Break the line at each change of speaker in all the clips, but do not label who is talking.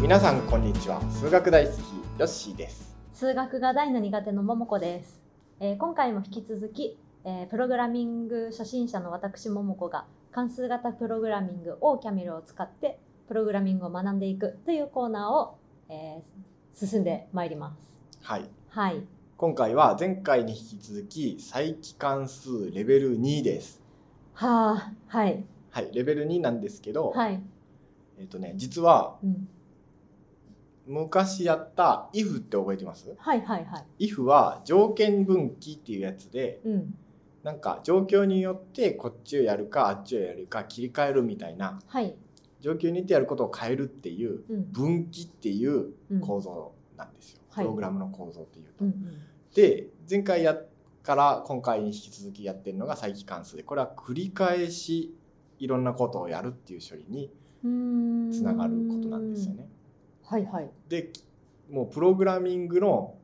皆さんこんにちは数学大好きヨッシーです
数学が大の苦手の桃子です、えー今回も引き続き、えープログラミング初心者の私桃子が関数型プログラミング O キャメルを使ってプログラミングを学んでいくというコーナーを、えー進んでまいります
はい
はい
今回は前回に引き続き再帰関数レベル2です
はあはい
はいレベル2なんですけど、
はい
えっ、とね実は
うん
昔やった if って覚えてます
はいはいはい
if は条件分岐っていうやつで
うん
なんか状況によってこっちをやるかあっちをやるか切り替えるみたいな
はい
状況によってやることを変えるっていう
うん
分岐っていう
うん
構造なんですよ、
はい
プログラムの構造っていうと。
うんうん
で前回やっから今回に引き続きやってるのが再帰関数でこれは繰り返しいろんなことをやるっていう処理に
うーん
つながることなんですよね。
はいはい
でもうプログラミングの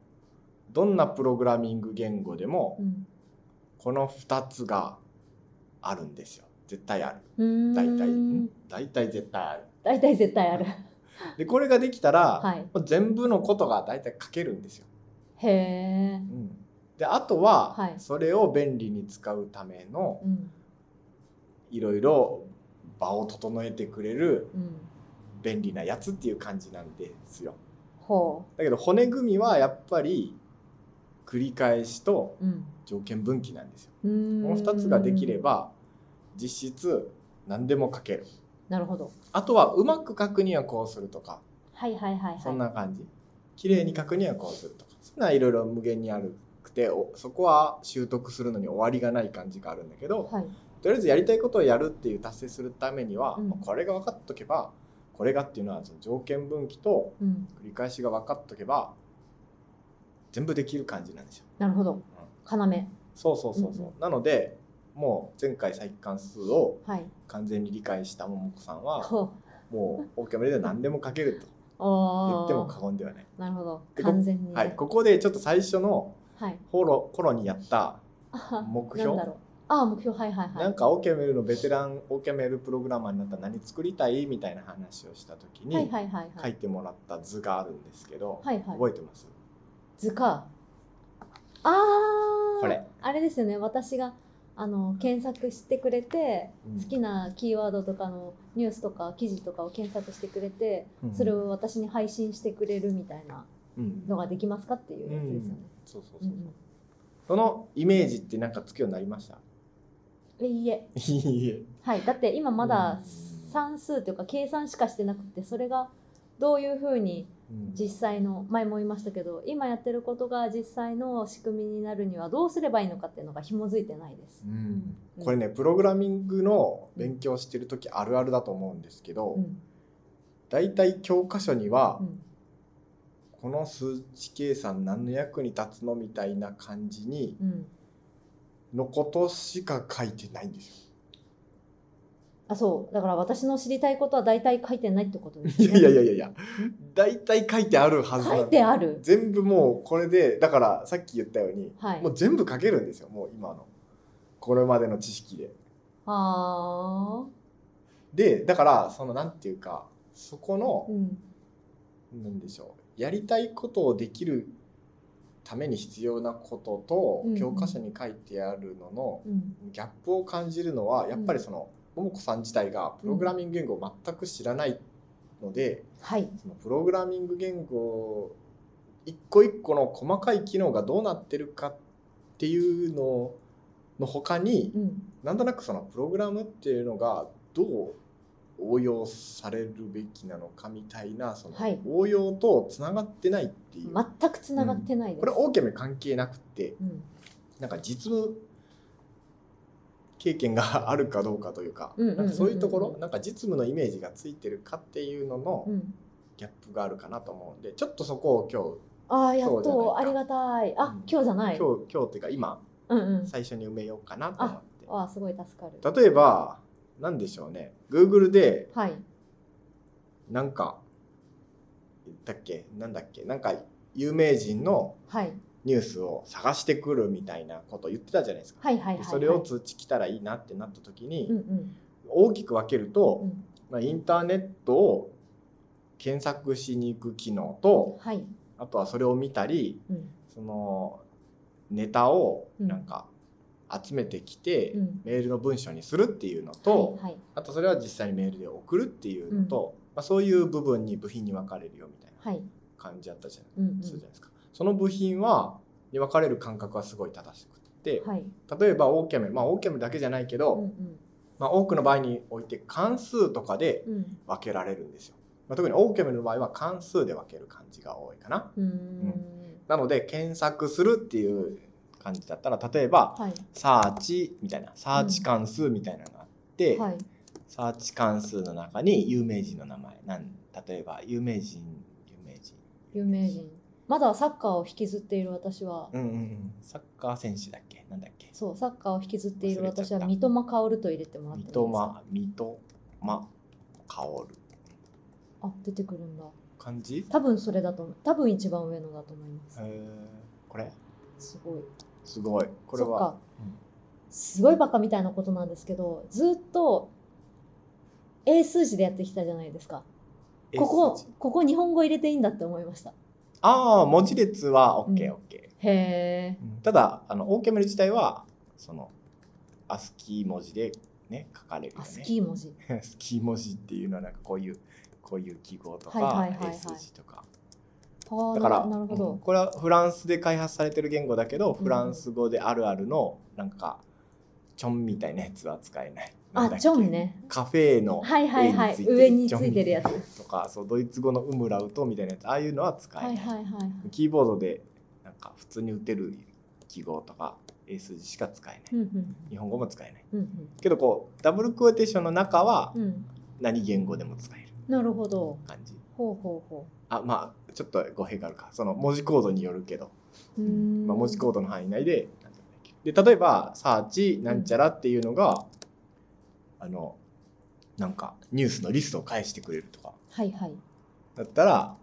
どんなプログラミング言語でも
うん
この2つがあるんですよ。絶対ある。
うーん
大体。ん大体絶対ある。
大体絶対ある
でこれができたら、
はい
もう全部のことが大体書けるんですよ。
へえ
うん、であとは、
はい
それを便利に使うための
うん
いろいろ場を整えてくれる
うん
便利なやつっていう感じなんですよ。
ほ
だけど骨組みはやっぱり繰り返しと
う。うん。
条件分岐なんですよ。
こ
こ
の
の2つができれ。ば実質何でも書ける。
なるほど。
あとはうまく書くにはこうするとか
はいはいはいはい。
そんな感じ。綺麗に書くにはこうするとか。そんないろいろ無限にあるくておそこは習得するのに終わりがない感じがあるんだけど、
はい。
とりあえずやりたいことをやるっていう達成するためには、
うん
まあこれが分かっとけばこれがっていうのはその条件分岐と
うん。
繰り返しが分かっとけば全部できる感じなんですよ。
なるほど。要。
そうそうそうそう。
うん
なのでもう前回再帰関数を
はい。
完全に理解した桃子さんは
ほう。
もう OK メで何でも書けると言
お
っても
ー
過言ではない。
なるほど。
でこ
完全にね。
はい、ここでちょっと最初の
はい。
頃頃にやった
あ
目標
なんだろう。ああ、目標。はいはいはい。
なんか OK メールのベテラン OK メールプログラマーになったら何作りたいみたいな話をした時に、
はいはいはいは
書い
い。
てもらった図があるんですけど、
はいはい。
覚えてます
図か。ああ。
これ。
あれですよね。私が。あの検索してくれて、
うん
好きなキーワードとかのニュースとか記事とかを検索してくれて、
うん
それを私に配信してくれるみたいな
うん
のができますかっていうやつですよね。
そうそう
う
そ
ん
う、そのイメージってなんかつくようになりました
うんいいえ、
いいえ
はい、だって今まだ
うん
算数というか計算しかしてなくてそれがどういうふうに
うん
実際の前も言いましたけど今やってることが実際の仕組みになるにはどうすればいいのかっていうのが紐づいてないです
う。んこれねプログラミングの勉強してる時あるあるだと思うんですけど、
うん
だいたい教科書には、
うん
この数値計算何の役に立つのみたいな感じに
うん、
のことしか書いてないんですよ。
あそうだから私の知りたいことは大体書いてないってことです
い
よ
や
ね。
いやいやいやいや大体書いてあるはずなん
書
で
いてある、
全部もうこれでだからさっき言ったように
はい
も、う全部書けるんですよもう今のこれまでの知識で
あー
でだからそのなんていうかそこ
う
の
ん
なんでしょうやりたいことをできるために必要なことと
うんうん
教科書に書いてあるのの
うん
ギャップを感じるのはやっぱりその桃子さん自体がプログラミング言語を全く知らないので
はい
そのプログラミング言語一個一個の細かい機能がどうなってるかっていうのの他に
うん
なんとなくそのプログラムっていうのがどう応用されるべきなのかみたいなその
はい
応用とつながってないっていう、
全くつながってないです。
これ大きめ関係なくて
うん
なんか実務経験があるかどうかというか
うんうんうんう
な
ん
んかそういうところなんか実務のイメージがついてるかっていうのの
うん
ギャップがあるかなと思うんでちょっとそこを今
ああやっ
今日じゃないか
とありがたいあ、
うん
今日じゃない
日今日今日っていうか今
うんうん
最初に埋めようかなと思
ああすごい助かる
って例えば何でしょうね Google で
はい
なんかだっけなんだっけなんか有名人の
はい
ニュースを探してくるみたいなこと言ってたじゃないですか。
はいはいはい
で
はい
それを通知来たらいいなってなった時に、
うんうん
大きく分けると、
うん
まあ、インターネットを検索しに行く機能と
はい。
あとはそれを見たり
うん。
そのネタを
うん
なんか集めてきて、
うん。
メールの文章にするっていうのと、
はいはい。
あとそれは実際にメールで送るっていうのと、まあ、そういう部分に部品に分かれるよみたいな
はい。
感じだったじゃない
うん、
するじゃないですか。その部品はに分かれる感覚はすごい正しくって
うん。はい。
例えばオーキャメルまあオーキャメルだけじゃないけ
う
ど、
ん
まあ、多くの場合において関数とかで
うん。うん。
分けられるんですよ。まあ、特にオーキャメルの場合は関数で分ける感じが多いかな。
うーん。
なので検索するっていう感じだったら例えば
はい。
サーチみたいなサーチ関数みたいなのがあって、
はい。
サーチ関数の中に有名人の名前なん例えば有名人有名人
有名人。まだサッカーを引きずっている私は、
うんうんうんサッカー選手だっけなんだっけ
そう、サッカーを引きずっている私は
忘れ
三笘薫と入れてもらっ
三
てもいいです
笘
か。
三笘薫
あ、出てくるんだ。
感じ
多分それだと思う。多分一番上のだと思います
へ。ーこれ
すごい。
すごいこれ
そっ
は
かすごいバカみたいなことなんですけど、ずっと英数字でやってきたじゃないですか。
うん
ここ
S 字、
ここ日本語入れていいんだって思いました。
ああ文字列は
うん
OKOK、
へえ。
ただあのオーケメル自体はそのアスキー文字でね書かれるよ
あ、
ね
スキー文字。
スキー文字っていうのはなんかこういうこういう記号とか、
はいはいはいはい
A 数字とか
ああ、
だから
ななるほ
うん
ど。
これはフランスで開発されてる言語だけど、
うん
フランス語であるあるのなんかちょんみたいなやつは使えないなん
あ、
だっけ
ジョンね。
カフェの
はいはいはい
絵
上についてるやつ
ちょんみたいなとかそうドイツ語のウムラウトみたいなやつああいうのは使えな
は
い、
いはいはいはい。
キーボードでなんか普通に打てる記号とか英数字しか使えない、
うんうん
日本語も使えない
うん
けどこうダブルクオーテーションの中は
うん。うん。
何言語でも使える
なるほど。
感じ
ほうほうほ
あまあちょっと語弊があるかその文字コードによるけど、
う。うーん。
まあ、文字コードの範囲内でなんて言うんだっけで例えば「サーチなんちゃら」っていうのが、あのなんかニュースのリストを返してくれるとか
はいはい。
だったら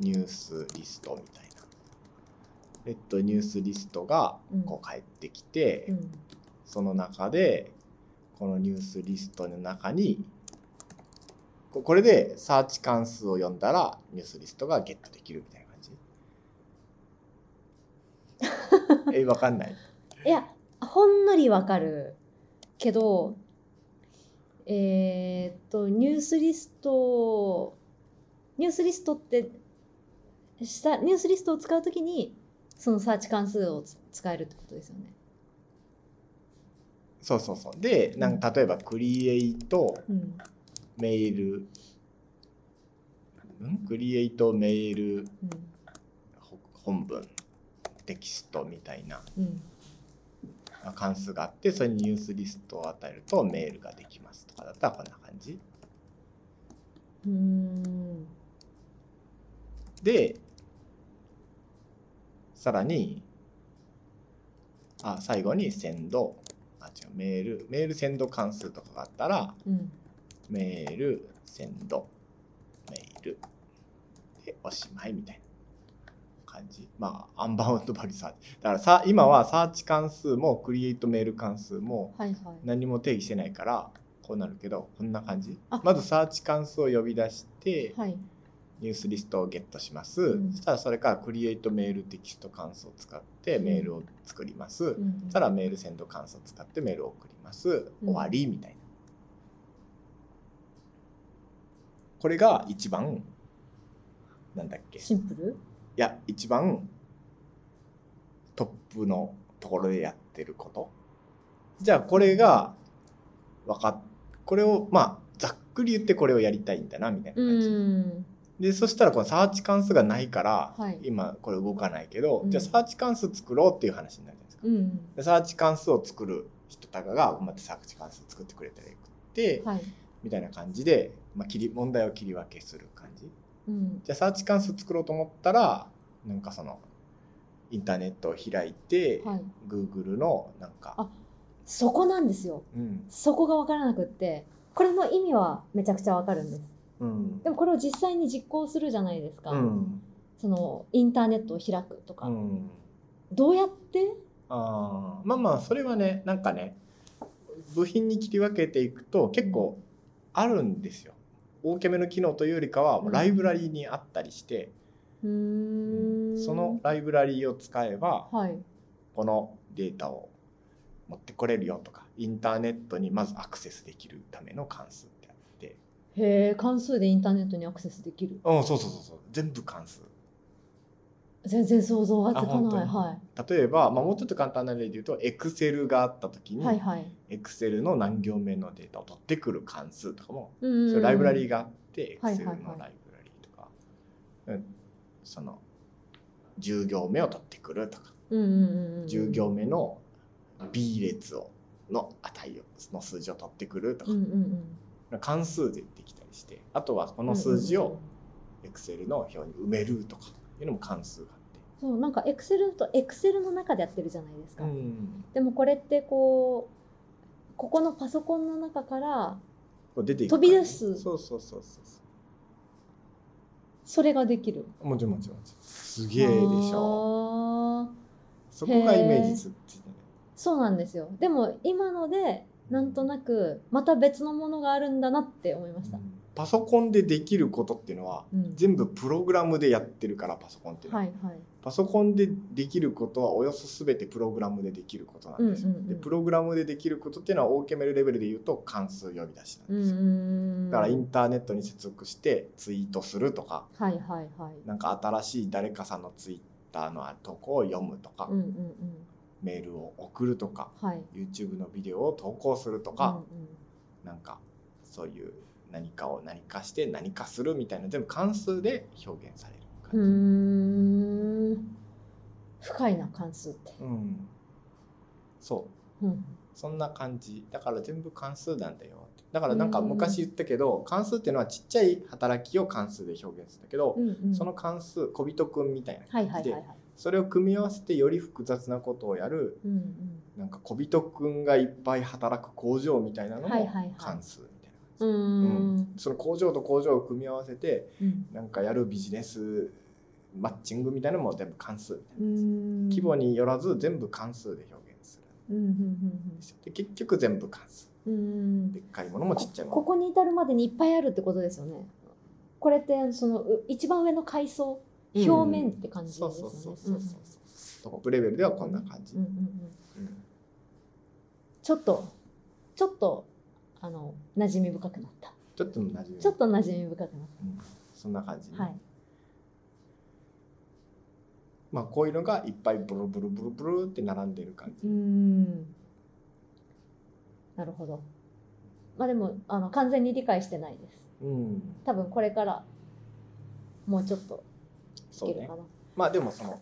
ニュースリストみたいな。えっと、ニュースリストが
うん
こう返ってきて、
うん。
その中でこのニュースリストの中にここれでサーチ関数を読んだらニュースリストがゲットできるみたいな 感じえわかんない
いや、ほんのりわかるけど、えーっと、ニュースリスト、ニュースリストって、したニュースリストを使うときに、そのサーチ関数をつ使えるってことですよね。
そうそうそうでなんか例えばクリエイト
うん。
メールんクリエイトメール
うん。
ほ本文テキストみたいな
うん。
関数があってそれにニュースリストを与えるとメールができますとかだったらこんな感じ
うーん。
でさらにあ最後にセンドあ違うメールメールセンド関数とかがあったら
うん。
メールセンドメールでおしまいみたいな感じまあアンバウンドバリューサーチだからさ今はサーチ関数もクリエイトメール関数も
はいはい。
何も定義してないからこうなるけどこんな感じ
あ
まずサーチ関数を呼び出して、
はい。
ニュースリストをゲットします、
うん
そしたらそれからクリエイトメールテキスト関数を使ってメールを作ります、
う
そ
ん
したらメールセンド関数を使ってメールを送ります、
うん
終わりみたいなこれが一番なんだっけい
シンプル
や一番トップのところでやってることじゃあこれがわかっこれをまあざっくり言ってこれをやりたいんだなみたいな感じ、
うん。
でそしたらこのサーチ関数がないから、
はい
今これ動かないけど、
うん
じゃあサーチ関数作ろうっていう話になるじゃないですか。
うん。
でサーチ関数を作る人たちがまたサーチ関数作ってくれたらよくって、
はい。
みたいな感じで、まあ、切り問題を切り分けする感じ。
うん。
じゃあサーチ関数作ろうと思ったらなんかそのインターネットを開いて、
はい。
Google のなんか
あ、そこなんですよ。
うん
そこが分からなくってこれの意味はめちゃくちゃ分かるんです
うん
でもこれを実際に実行するじゃないですか、
うん
そのインターネットを開くとか、
うん
どうやって
あーまあまあそれはねなんかね部品に切り分けていくと結構あるんですよ大きめの機能というよりかは
うん
ライブラリーにあったりして、
うーん
そのライブラリーを使えば
はい
このデータを持ってこれるよとかインターネットにまずアクセスできるための関数ってあって
へえ関数でインターネットにアクセスできる
うんそうそうそうそう全部関数
全然想像がつ
あ
か
本当
ない、
に
は
例えば、まあ、もうちょっと簡単な例で言うと Excel があった時
い、はい
に
はい
Excel の何行目のデータを取ってくる関数とかも
うん
それライブラリーがあって
はい
Excel
はいはい
のライブラリーとか、うん、その10行目を取ってくるとか
うんうんうんうん
10行目の B 列をの値をの数字を取ってくると
うんうんうん
か関数でできたりしてあとはこの数字を Excel の表に埋めるとかいうのも関数があって。
そうなんかエクセルとエクセルの中でやってるじゃないですか、
うん
でもこれってこうここのパソコンの中から
こう出ていく
飛び出す
そうそうそうそうそう
それができる
もちろんもちろんもちろんすげえでしょ
ょ
そこがイメージするっていうね
そうなんですよでも今のでなんとなくまた別のものがあるんだなって思いました、
うんパソコンでできることっていうのは
うん
全部プログラムでやってるからパソコンっていうのは、
はいはい
パソコンでできることはおよそ全てプログラムでできることなんですよ、
うんうんうん
でプログラムでできることっていうのは大きめるレベルで言うと関数呼び出しな
うんん
で
う
す
ん
よ、
うん
だからインターネットに接続してツイートするとか
はいはいはい
なんか新しい誰かさんのツイッターの投稿を読むとか、
うんうんうん
メールを送るとか
はい
YouTube のビデオを投稿するとか、
うんうん
なんかそういう何かを何かして何かするみたいな全部関数で表現される
うー
感
ん深いな関数って、
じ。うん、そう
うん、
そんな感じだから全部関数なんだよってだからなんか昔言ったけど関数っていうのはちっちゃい働きを関数で表現するんだけど
う、んうん
その関数小人くんみたいな
はい
感
はい
じ
はい
で、
はい、
それを組み合わせてより複雑なことをやる
うんうん
なんか小人くんがいっぱい働く工場みたいなの
はいはいは
も
い
関数みたいな感じ
うーん
その工場と工場を組み合わせて
うん
なんかやるビジネスマッチングみたいなのも全部関数みたいな
う
感じ、
ん
規模によらず全部関数で表現する
うんうん
んですよで結局全部関数
うんうんうん
でっかいものもちっちゃいもの
ここに至るまでにいっぱいあるってことですよねこれってそのう一番上の階層
うん
表面って感じです
そ
よ
う
ね
そうそうそうそうそうトップレベルではこんな感じ、
うんうんうん
うん
ちょっとちょっとあの馴染み深くなった
ちょっと同じ
ちょっと馴染み深くなっ
うんそんな感じね、
たはい
まあこういうのがいっぱいブルブルブルブルって並んでる感
う
じ、
ーんなるほど。まあでもあの完全に理解してないです。
うん、
多分これからもうちょっとい
そう
ける
ね
かな。
まあでもそ の
ご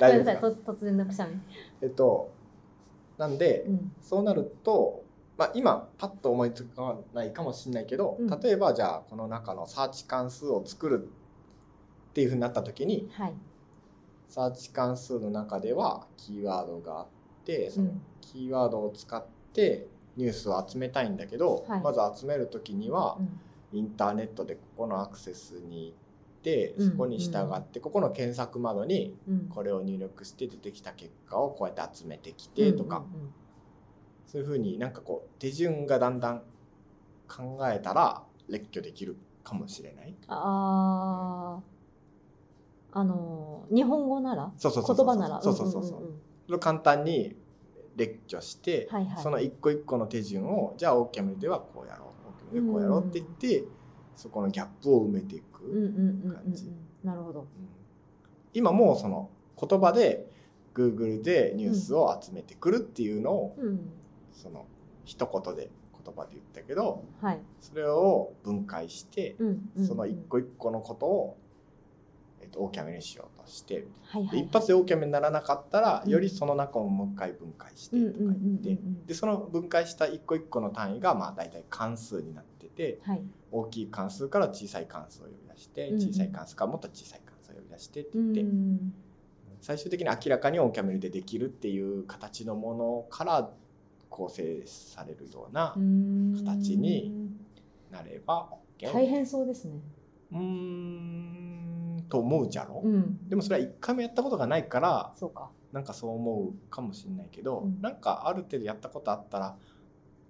大
め
丈
ん
夫です
なさい
か
と突然のくしゃみ。
えっとなんで、
うん
そうなると、まあ、今パッと思いつかないかもしれないけど、
うん
例えばじゃあこの中のサーチ関数を作るっていうふうになった時に
はい。
サーチ関数の中ではキーワードがあってその
うん
キーワードを使ってニュースを集めたいんだけど、
はい
まず集める時には
うん
インターネットでここのアクセスに行って
うん
そこに従ってここの検索窓に
うん。
これを入力して出てきた結果をこうやって集めてきてとか。
うんうん
そういうふうになんかこう手順がだんだん考えたら列挙できるかもしれない。
あああの日本語なら
そうそうそ
言
うそう
葉なら
そうそうそうそう。それを簡単に列挙して、
はいはい
その一個一個の手順をじゃあ OKM ではこうやろう OKM でこうやろうって言って、そこのギャップを埋めていく。
うんうんうんうんうんうん
感じ
なるほ
う
ど。
ん今もうその言葉で Google でニュースを集めてくるっていうのを、
うん
その一言で言葉で言ったけど
はい。
それを分解して、
うんうんうん
その一個一個のことを、えっと、大きめにしようとして、で
はいはいはい
一発で大きめにならなかったら、
うん
よりその中をもう一回分解して
うん
と
う
か
んうん
言っ
う
て、
んうん
でその分解した一個一個の単位がまあ大体関数になってて
はい。
大きい関数から小さい関数を呼び出して
うんうん
小さい関数からもっと小さい関数を呼び出してって
う
言って、
ん
最終的に明らかに大きめでできるっていう形のものから構成されるような、
形
形になれば OK
大変そうですね。
うーんと思うじゃろ、
うん、
でもそれは一回もやったことがないから
そうか。
なんかそう思うかもしれないけど、
うん
なんかある程度やったことあったら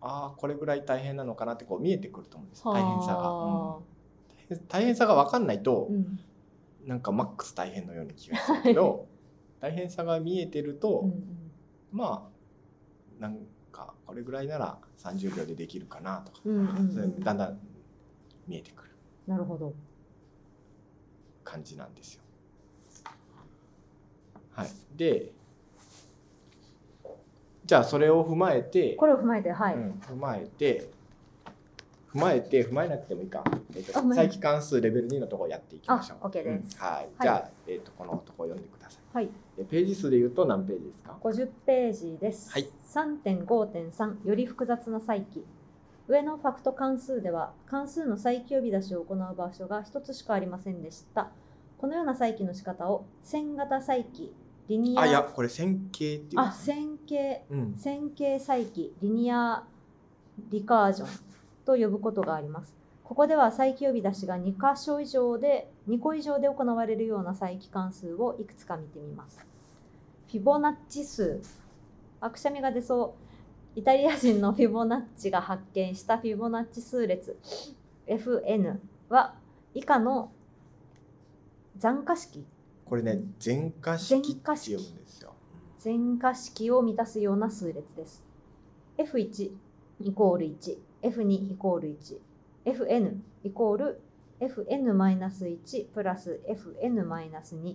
あああこれぐらい大変なのかなってこう見えてくると思うんです
は
大変さが、うん大変大変さが分かんないと、
うん
なんかマックス大変のように気がするけど大変さが見えてると、
うんうん
まあなんかこれぐらいなら30秒でできるかなとか、
うんうんうん
そういうだんだん見えてくる
なるほど
感じなんですよ。はい、でじゃあそれを踏まえて、
これを踏まえてはい、
うん、踏まえて踏まえて踏まえなくてもいいか、えっと
あごめん
再帰関数レベル2のところやっていきましょう。
あ OK です
うんはい、じゃあ、えっとこのところ読んでください。
はい
でページ数で言うと何ページですか
50ページです、
はい
3.5.3より複雑な再起上のファクト関数では関数の再起呼び出しを行う場所が1つしかありませんでしたこのような再起の仕方を線型再起リニア
あいやこれ線形っていうん
あ
ですね
線形
うん
線形再起リニアリカージョンと呼ぶことがありますここでは再起呼び出しが2箇所以上で2個以上で行われるような再起関数をいくつか見てみますフィボナッチ数あくしゃみが出そうイタリア人のフィボナッチが発見したフィボナッチ数列 FN は以下の残化式
これね全化式って
全化式
読むんですよ
全化式を満たすような数列です。F1 イコール1、F2 イコール1、Fn イコール Fn-1 プラス Fn-2。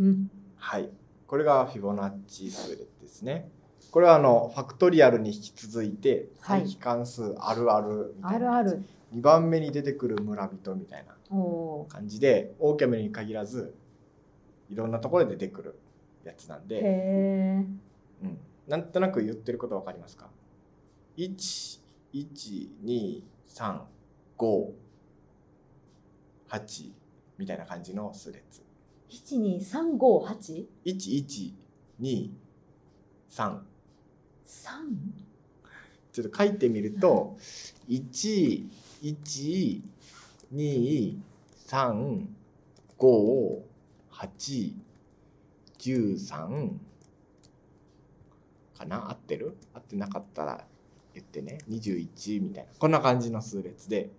うん。
はいこれがフィボナッチ数列ですねこれはあのファクトリアルに引き続いて
はい
再帰関数あるあるみた
あ
いな
るある。
2番目に出てくる村人みたいな
おお
感じでオーキャメルに限らずいろんなところで出てくるやつなん
ー。
で、
へえ。
うん、なんとなく言ってることわかりますか ?12358 みたいな感じの数列。
七二三五八
1123
三
ちょっと書いてみると112358113かな合ってる合ってなかったら言ってね21みたいなこんな感じの数列で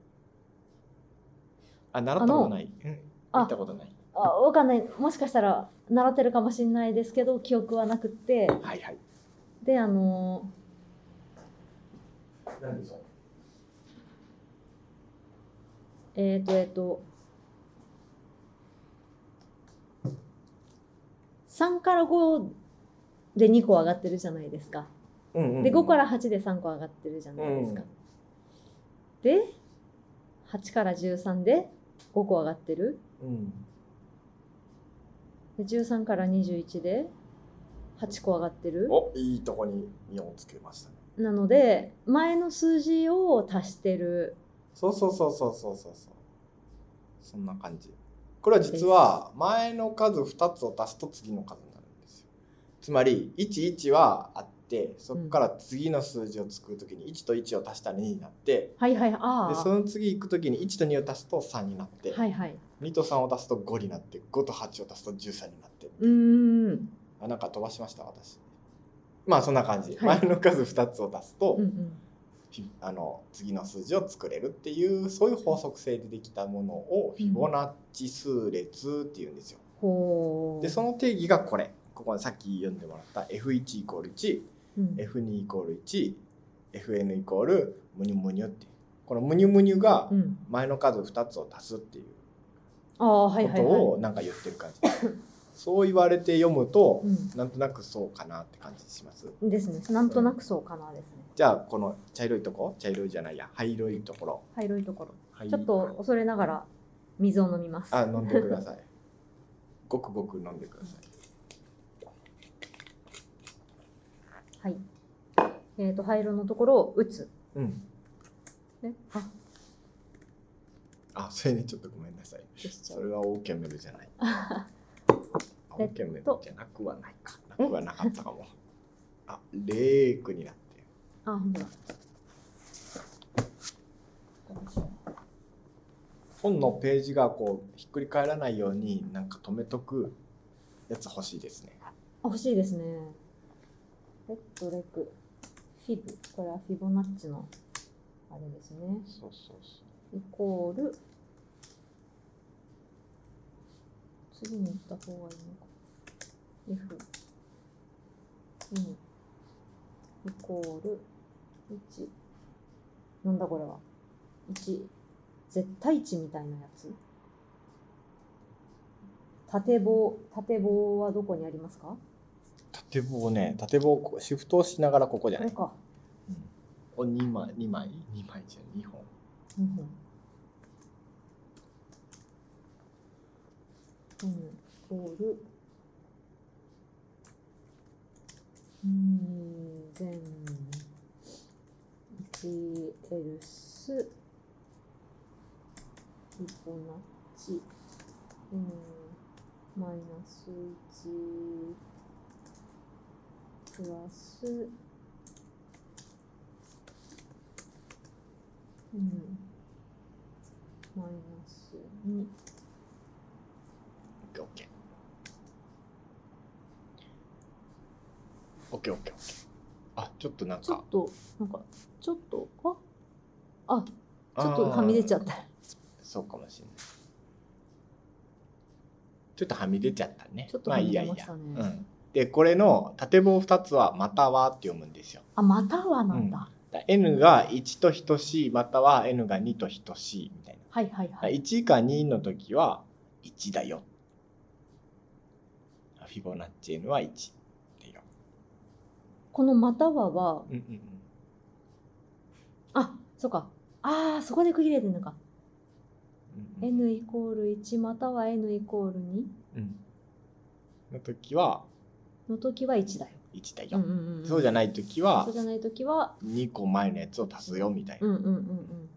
あ習ったことないうん
あ
見たことない
あわかんない。もしかしたら習ってるかもしれないですけど記憶はなくって
はいはい
であの
何でしょう
えっ、ー、とえっ、と3から5で2個上がってるじゃないですか
うんうんうん
で5から8で3個上がってるじゃないですか、
うん
で8から13で5個上がってる
うん
で13から21で8個上がってる
おいいとこにイオンつけましたね
なので前の数字を足してる
そうそうそうそうそうそうそうそんな感じこれは実は前の数2つを足すと次の数になるんですよつまり11はあってそこから次の数字を作るときに1と1を足したら2になって、
はいはいああ
でその次行くときに1と2を足すと3になって、
はいはい
2と3を足すと5になって5と8を足すと13になって
うーん
あなんか飛ばしました私まあそんな感じ、
はい
前の数2つを足すと、
うんうん
フィあの次の数字を作れるっていうそういう法則性でできたものをフィボナッチ数列っていうんですよ。
ほう
でその定義がこれここさっき読んでもらった F1 イコール 1F2
うん
イコール 1FN イコールムニュムニュってこのムニュムニュが
うん
前の数2つを足すっていう
ああはい
こ
はい
と
はい
をなんか言ってる感じ、そう言われて読むと
う
なんとなくそうかなって感じします。
ん、ですね。なんとなくそうかなですね。
じゃあこの茶色いとこ茶色いじゃないや灰色いところ
灰色いところ。
灰
ちょっと恐れながら水を飲みます。
あ飲んでください。 ごくごく飲んでください。
はい。えっ、と灰色のところを打つ。
うん。
ね。あ、
あ、それにちょっとごめんなさい。
消しちゃ。
そうれはオーケーメルじゃ ない。あ
え
オ
っ
ー
と
ケーメルじゃなくはないか。なくはなかったか も。あ、レークになってる。
あ、ほんとだ。
本のページがこうひっくり返らないようになんか止めとくやつ欲しいですね。
あ、欲しいですね。レッドレック。フィブ、これはフィボナッチのあれですね。
そうそうそ
イコール、次に行った方がいいのか。F、2、イコール、1、なんだこれは。1、絶対値みたいなやつ。縦棒、縦棒はどこにありますか
う。縦棒ね、縦棒こうシフトをしながらここじゃ
こ
な
れ
い。
か。
お二枚二枚二枚じゃん二本。
うんうん、うん、イコール。うーん、全1エルス、イコナチ、うん、マイナス1、プラス、うん、マイナス2。
オッケーオッケー。オッケーオッケーオッケー。あちょっとなん
ちょ
か
っと、なんか、ちょっと、ああ、ちょっとはみ出ちゃ
た
った。
そうかもしれない。ちょっとはみ出ちゃったね。
ちょっと
まあ
はみ
いいや
出
い
まし
や。
たね
うん、でこれの縦棒2つは「または」って読むんですよ。
あ、またはなんだ。
だ N が1と等しいまたは N が2と等しいみたいな。
はいはい
だから
はい。
1か2の時は1だよ。フィボナッチ N は1だよ。
このまたはは、
うんうんうん
あ、そうか。ああ、そこで区切れてるのか。
うんうん
n イコール1または n イコール2
うんの時は
の時は1だよ。
1だ
うん
よ
う。んうん、
そうじゃ
ない。
ない時
そ
は
うじゃない時は、
2個前のやつを足すよみたいな
う、んうんうんうん。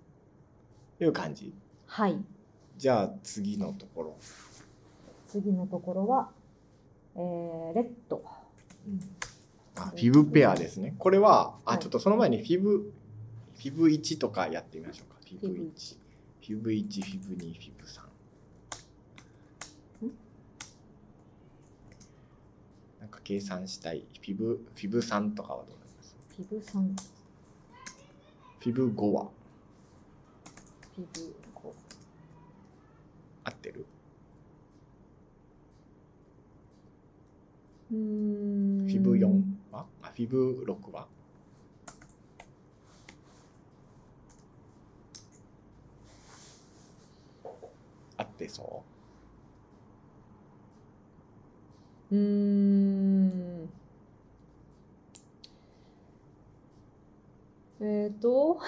いう感じ。
はい。
じゃあ次のところ。
次のところは、えー、レッド。
あフィブペアですね。これは、
は
あ、
い
ちょっとその前にフィブ、フィブ1とかやってみましょうか。フィブ
フィブ
1、フィブ1、フィブ2、フィブ3。なんか計算したい。フィブ、フィブ3とかはどう思います
フィブ3、
フィブ5は
フィブ5。
合ってる
うーん。
フィブ4はあ、フィブ6は合ってそう
うーん。えっ、ー、と、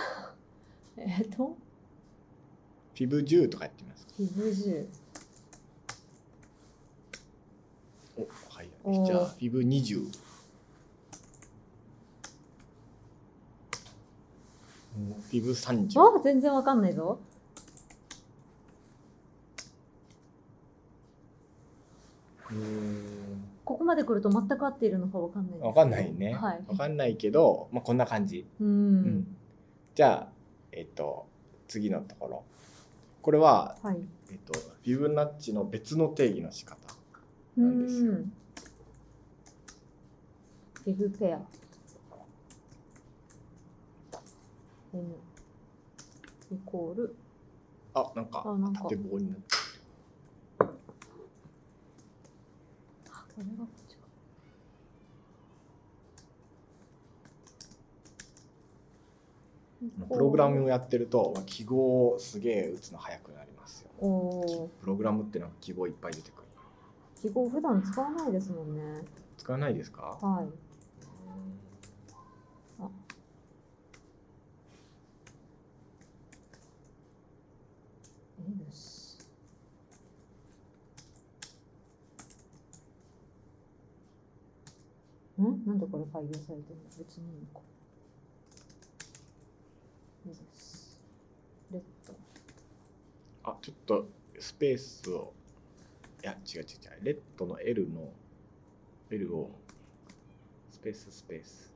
えっ、ー、と、
フィブ10とかやってみますか
フィブ10。
おはい
おー
じゃあフィブ20うんフィブ30
あ全然わかんないぞ。ここまで来ると全く合っているのかわかんないです
分かんないね、わ
はい。
かんないけど、まあ、こんな感じ、
う。
うんじゃあえっと次のところこれは、
はい。
えっと、フィブナッチの別の定義の仕方
う
なんですよ
ん。フィブペア。N イコール
あなんか
あなんか
縦棒になって
あこれがこっちか。
るプログラミングをやってると、まあ、記号をすげえ打つの早くなりますよ
おお
プログラムってのは記号いっぱい出てくる
ー、記号普段使わないですもんね。
使わないですか
はい。よしんなんでこれ改行されてるの別にいいのか。よしレッド。
あちょっとスペースをいや違う違う違うレッドの L の L をスペーススペース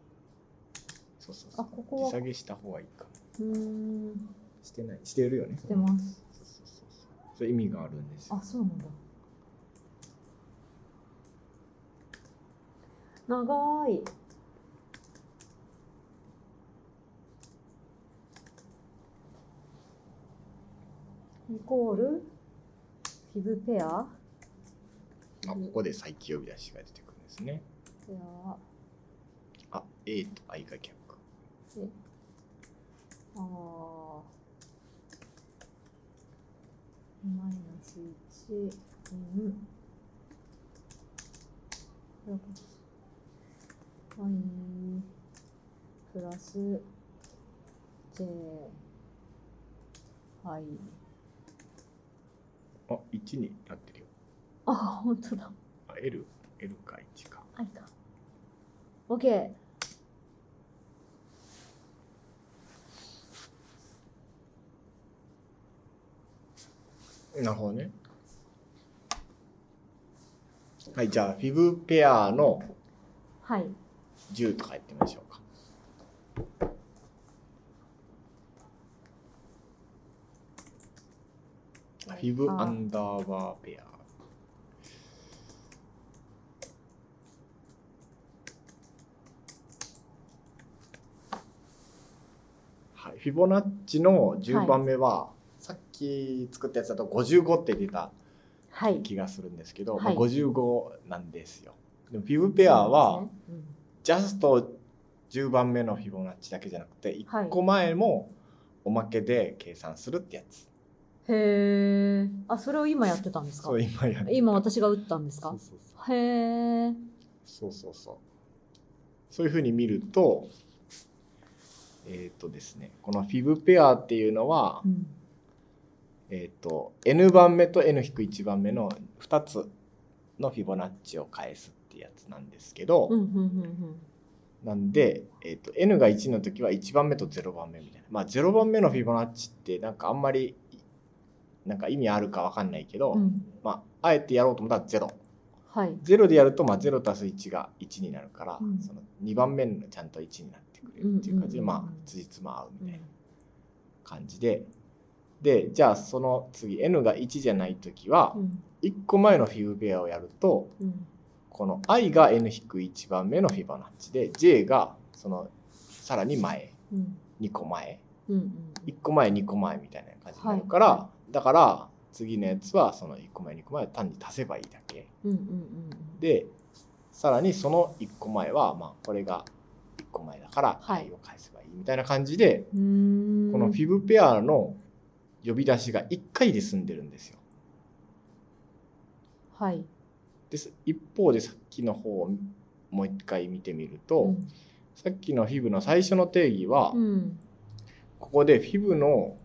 そうそうそう
あここは
下げした方がいいかも
うーん、
してないしてるよね
してます。
そうそうそうそうそれ意味があるんですよ
あ、そうなんだ。長い。イコールフィブペア
あ、ここで再起呼び出しが出てくるんですね。
ペア
あ、A と I が逆。
えああマイナス1うんはいプラス J はい
あ、1になってるよ。
あ本当だ
あ、L、L か1か。
あいか OK
なるほどね。はい、じゃあ、フィブペアの
はい
10とかやってみましょうか。フィブアンダーバーペア。はい、フィボナッチの10番目は、さっき作ったやつだと55って出た
はい
気がするんですけど、
はい
まあ55なんですよ。でもフィブペアは、
そうですねうん
ジャスト10番目のフィボナッチだけじゃなくて
はい
1個前もおまけで計算するってやつ、
へえ。あ、それを今やってたんですか
そう。今やる
今私が打ったんです
そ
か
う。そうそう
へえ。
そうそうそうそういうふうに見るとえっ、とですねこのフィブペアっていうのは、
うん。
えっ、と n 番目と n-1 番目の2つのフィボナッチを返すってやつなんですけど、
うんうんうん
なんで、えー、と N が1の時は1番目と0番目みたいな、まあ、0番目のフィボナッチってなんかあんまりなんか意味あるかわかんないけど、
うん。うん。
まあ、あえてやろうと思ったら0。
はい。
0でやると、まあ、0足す1が1になるから、
うん
その2番目のちゃんと1になってくれるっていう感じで、
うんうんうんうん
まあつじつま合うみたいな感じででじゃあその次 N が1じゃない時は
うん
1個前のフィブペアをやると
うん。
この i が n-1 番目のフィボナッチで j がそのさらに前
うん。
2個前
うんうん。
1個前2個前みたいな感じになるから、
は
だから次のやつはその1個前2個前を単に足せばいいだけ
うんうんうん。
でさらにその1個前はまあこれが1個前だから
はい
i を返せばいいみたいな感じで、
うーん。
このフィブペアの呼び出しが1回で済んでるんですよ。
はい。
です一方でさっきの方をもう一回見てみると、
うん
さっきのフィブの最初の定義は、
うん。
ここでフィブの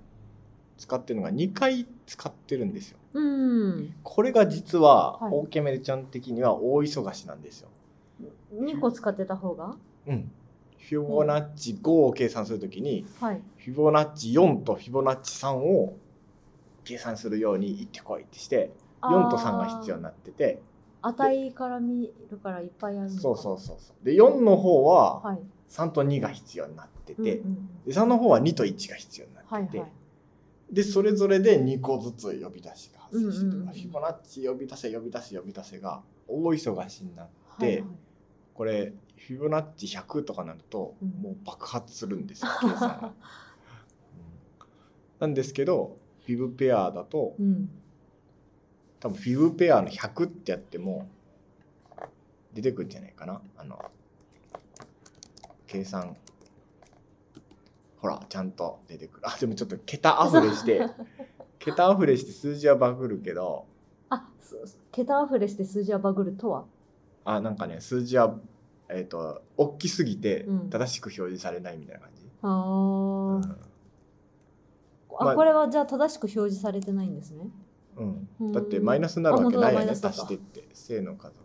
使ってるのが2回使ってるんですよ。
うん。
これが実は、
はい
オーケメルちゃん的には大忙しなんですよ。
二個使ってた方が。
うん。フィボナッチ5を計算するときに、
はい。
フィボナッチ4とフィボナッチ3を計算するように行ってこいってして、4と3が必要に
な。
なってて、
値から見るからいっぱいあるのか。
そうそうそうそう。で、4の方は
はい。
3と2が必要になってて、
うんうんうん
で3の方は2と1が必要になってて、
はいはい。
でそれぞれで2個ずつ呼び出しが発生して
うん
る、
うんうん
フィボナッチ呼び出せ呼び出せ呼び出せが大忙しになって、
はいはい
これフィボナッチ100とかなると
うん
もう爆発するん ですよ、計算がうんなんですけどフィブペアだと
うん。
多分フィブペアの100ってやっても出てくるんじゃないかなあの計算ほらちゃんと出てくるあでもちょっと桁あふれして 桁あふれして数字はバグるけど
あ、そそ桁あふれして数字はバグるとは。
あなんかね数字はえっ、と大きすぎて
うん
正しく表示されないみたいな感じ、
あ
うん
ーあ、
まあ
これはじゃあ正しく表示されてないんですね。
うんだってマイナスになるわけないよ
あ
ね
本当だマイナ
足
スだ
してって正の数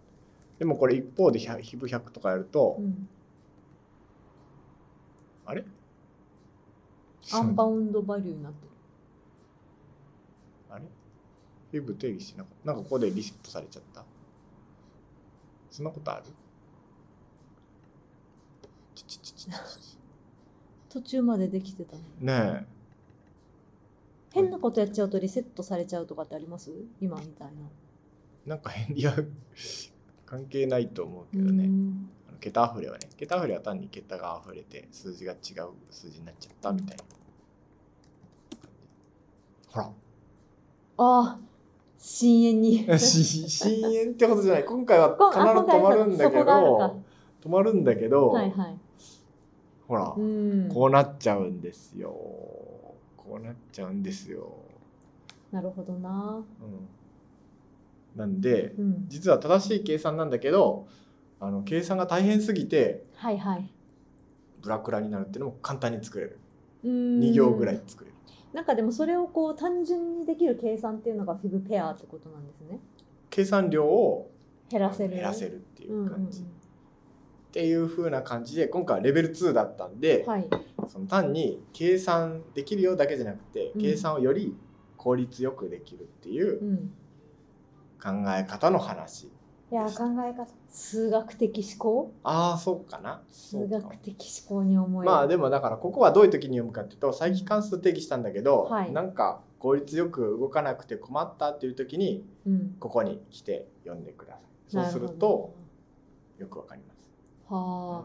でもこれ一方で100比部100とかやると、
うん、
あれ
アンバウンドバリューになってる。
あれフィブ定義してなかった。なんかここでリセットされちゃった。そんなことあるちちちちち
途中までできてたの。
ねえ。
変なことやっちゃうとリセットされちゃうとかってあります今みたいな。
なんか変、いや、関係ないと思うけ
う
ど
ー
ね。
ん
あの桁あふれはね。桁あふれは単に桁があふれて数字が違 う数字になっちゃったみたいな。ほら、
ああ、深淵 に。
し深淵ってことじゃない今回は
こん
必
あ
ず止まるんだけ
今回はそこがある
ど止まるんだけど、
はいはい。
ほら、
うん。
こうなっちゃうんですよこうなっちゃうんですよ、
なるほどな。
うん、なんで
うん。
実は正しい計算なんだけどあの計算が大変すぎて
はいはい。
ブラクラになるっていうのも簡単に作れる
うん。
2行ぐらい。作れる、
なんかでもそれをこう単純にできる計算っていうのがフィブペアってことなんですね。
計算量を
減らせる。
減らせるってい
うんう
うん感じ、っていう風な感じで今回はレベル2だったんで、
うん。はい。
その単に計算できるよだけじゃなくて、
うん
計算をより効率よくできるっていう
うん。
考え方の話、
いやー考え方数学的思考
ああそうかなそ
数
うかも
学的思考に思える
まあでもだからここはどういう時に読むかっていうと再帰関数定義したんだけど、
はい
なんか効率よく動かなくて困ったっていう時に
うん、
ここに来て読んでくださいそう
な
す
ほど
るとよくわかります、
は
うん
あ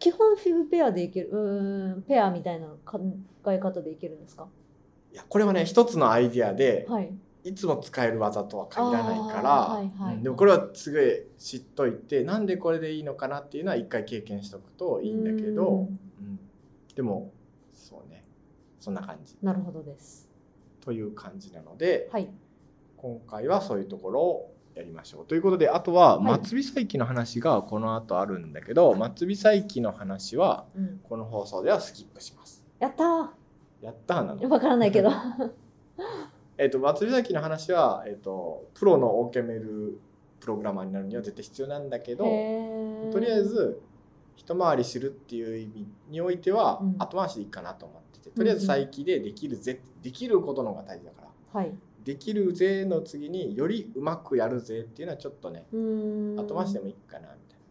基本フィブペアでいけるうーんペアみたいな考え方でいけるんですか
いやこれはね一つのアイディアで、
はい
いつも使える技とは限らないから、
あーはいはい
うんでもこれはすごい知っといてなんでこれでいいのかなっていうのは一回経験しとくといいんだけど、
う
うん
ん
でもそうねそんな感じ
なるほどです
という感じなので、
はい
今回はそういうところをやりましょうということであとは
はい
松尾細機の話がこの後あるんだけど、松尾細機の話は
うん
この放送ではスキップします。
やったー
やったーなの。
わからないけ ど
えっ、と松尾細機の話はえっ、とプロのオーケメルプログラマーになるには絶対必要なんだけど。と
と
りあえず一回りするっていう意味においては
うん
後回しでいいかなと思ってて、
ん
とりあえず再起でできるぜできることの方が大事だから
はい
できるぜの次によりうまくやるぜっていうのはちょっとね
うーん
後回しでもいいかなみたいな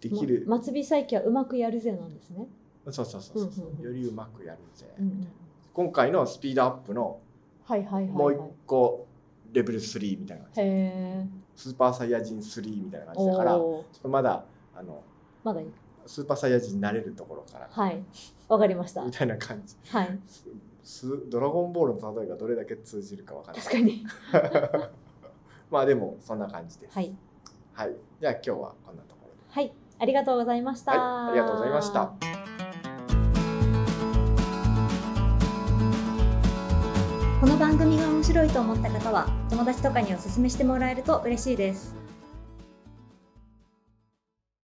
できる、
ま松尾最近はうまくやるぜなんですね
そうそうそうそう、
うんうんうん
よりうまくやるぜ、
うんうん
今回のスピードアップの
はいはい
も
は
う
い
一
はい
個レベル3みたいな感じ、
へえ
スーパーサイヤ人3みたいな感じだからちょ
おー
っとまだあの
まだいい
スーパーサイヤ人になれるところから
はいわかりました
みたいな感じ
はい
すすドラゴンボールの例えがどれだけ通じるかわかんない
確かに
まあでもそんな感じです
はい
はい、じゃあ今日はこんなところで
はい、ありがとうございました。
はいありがとうございました
この番組が面白いと思った方は友達とかにお勧めしてもらえると嬉しいです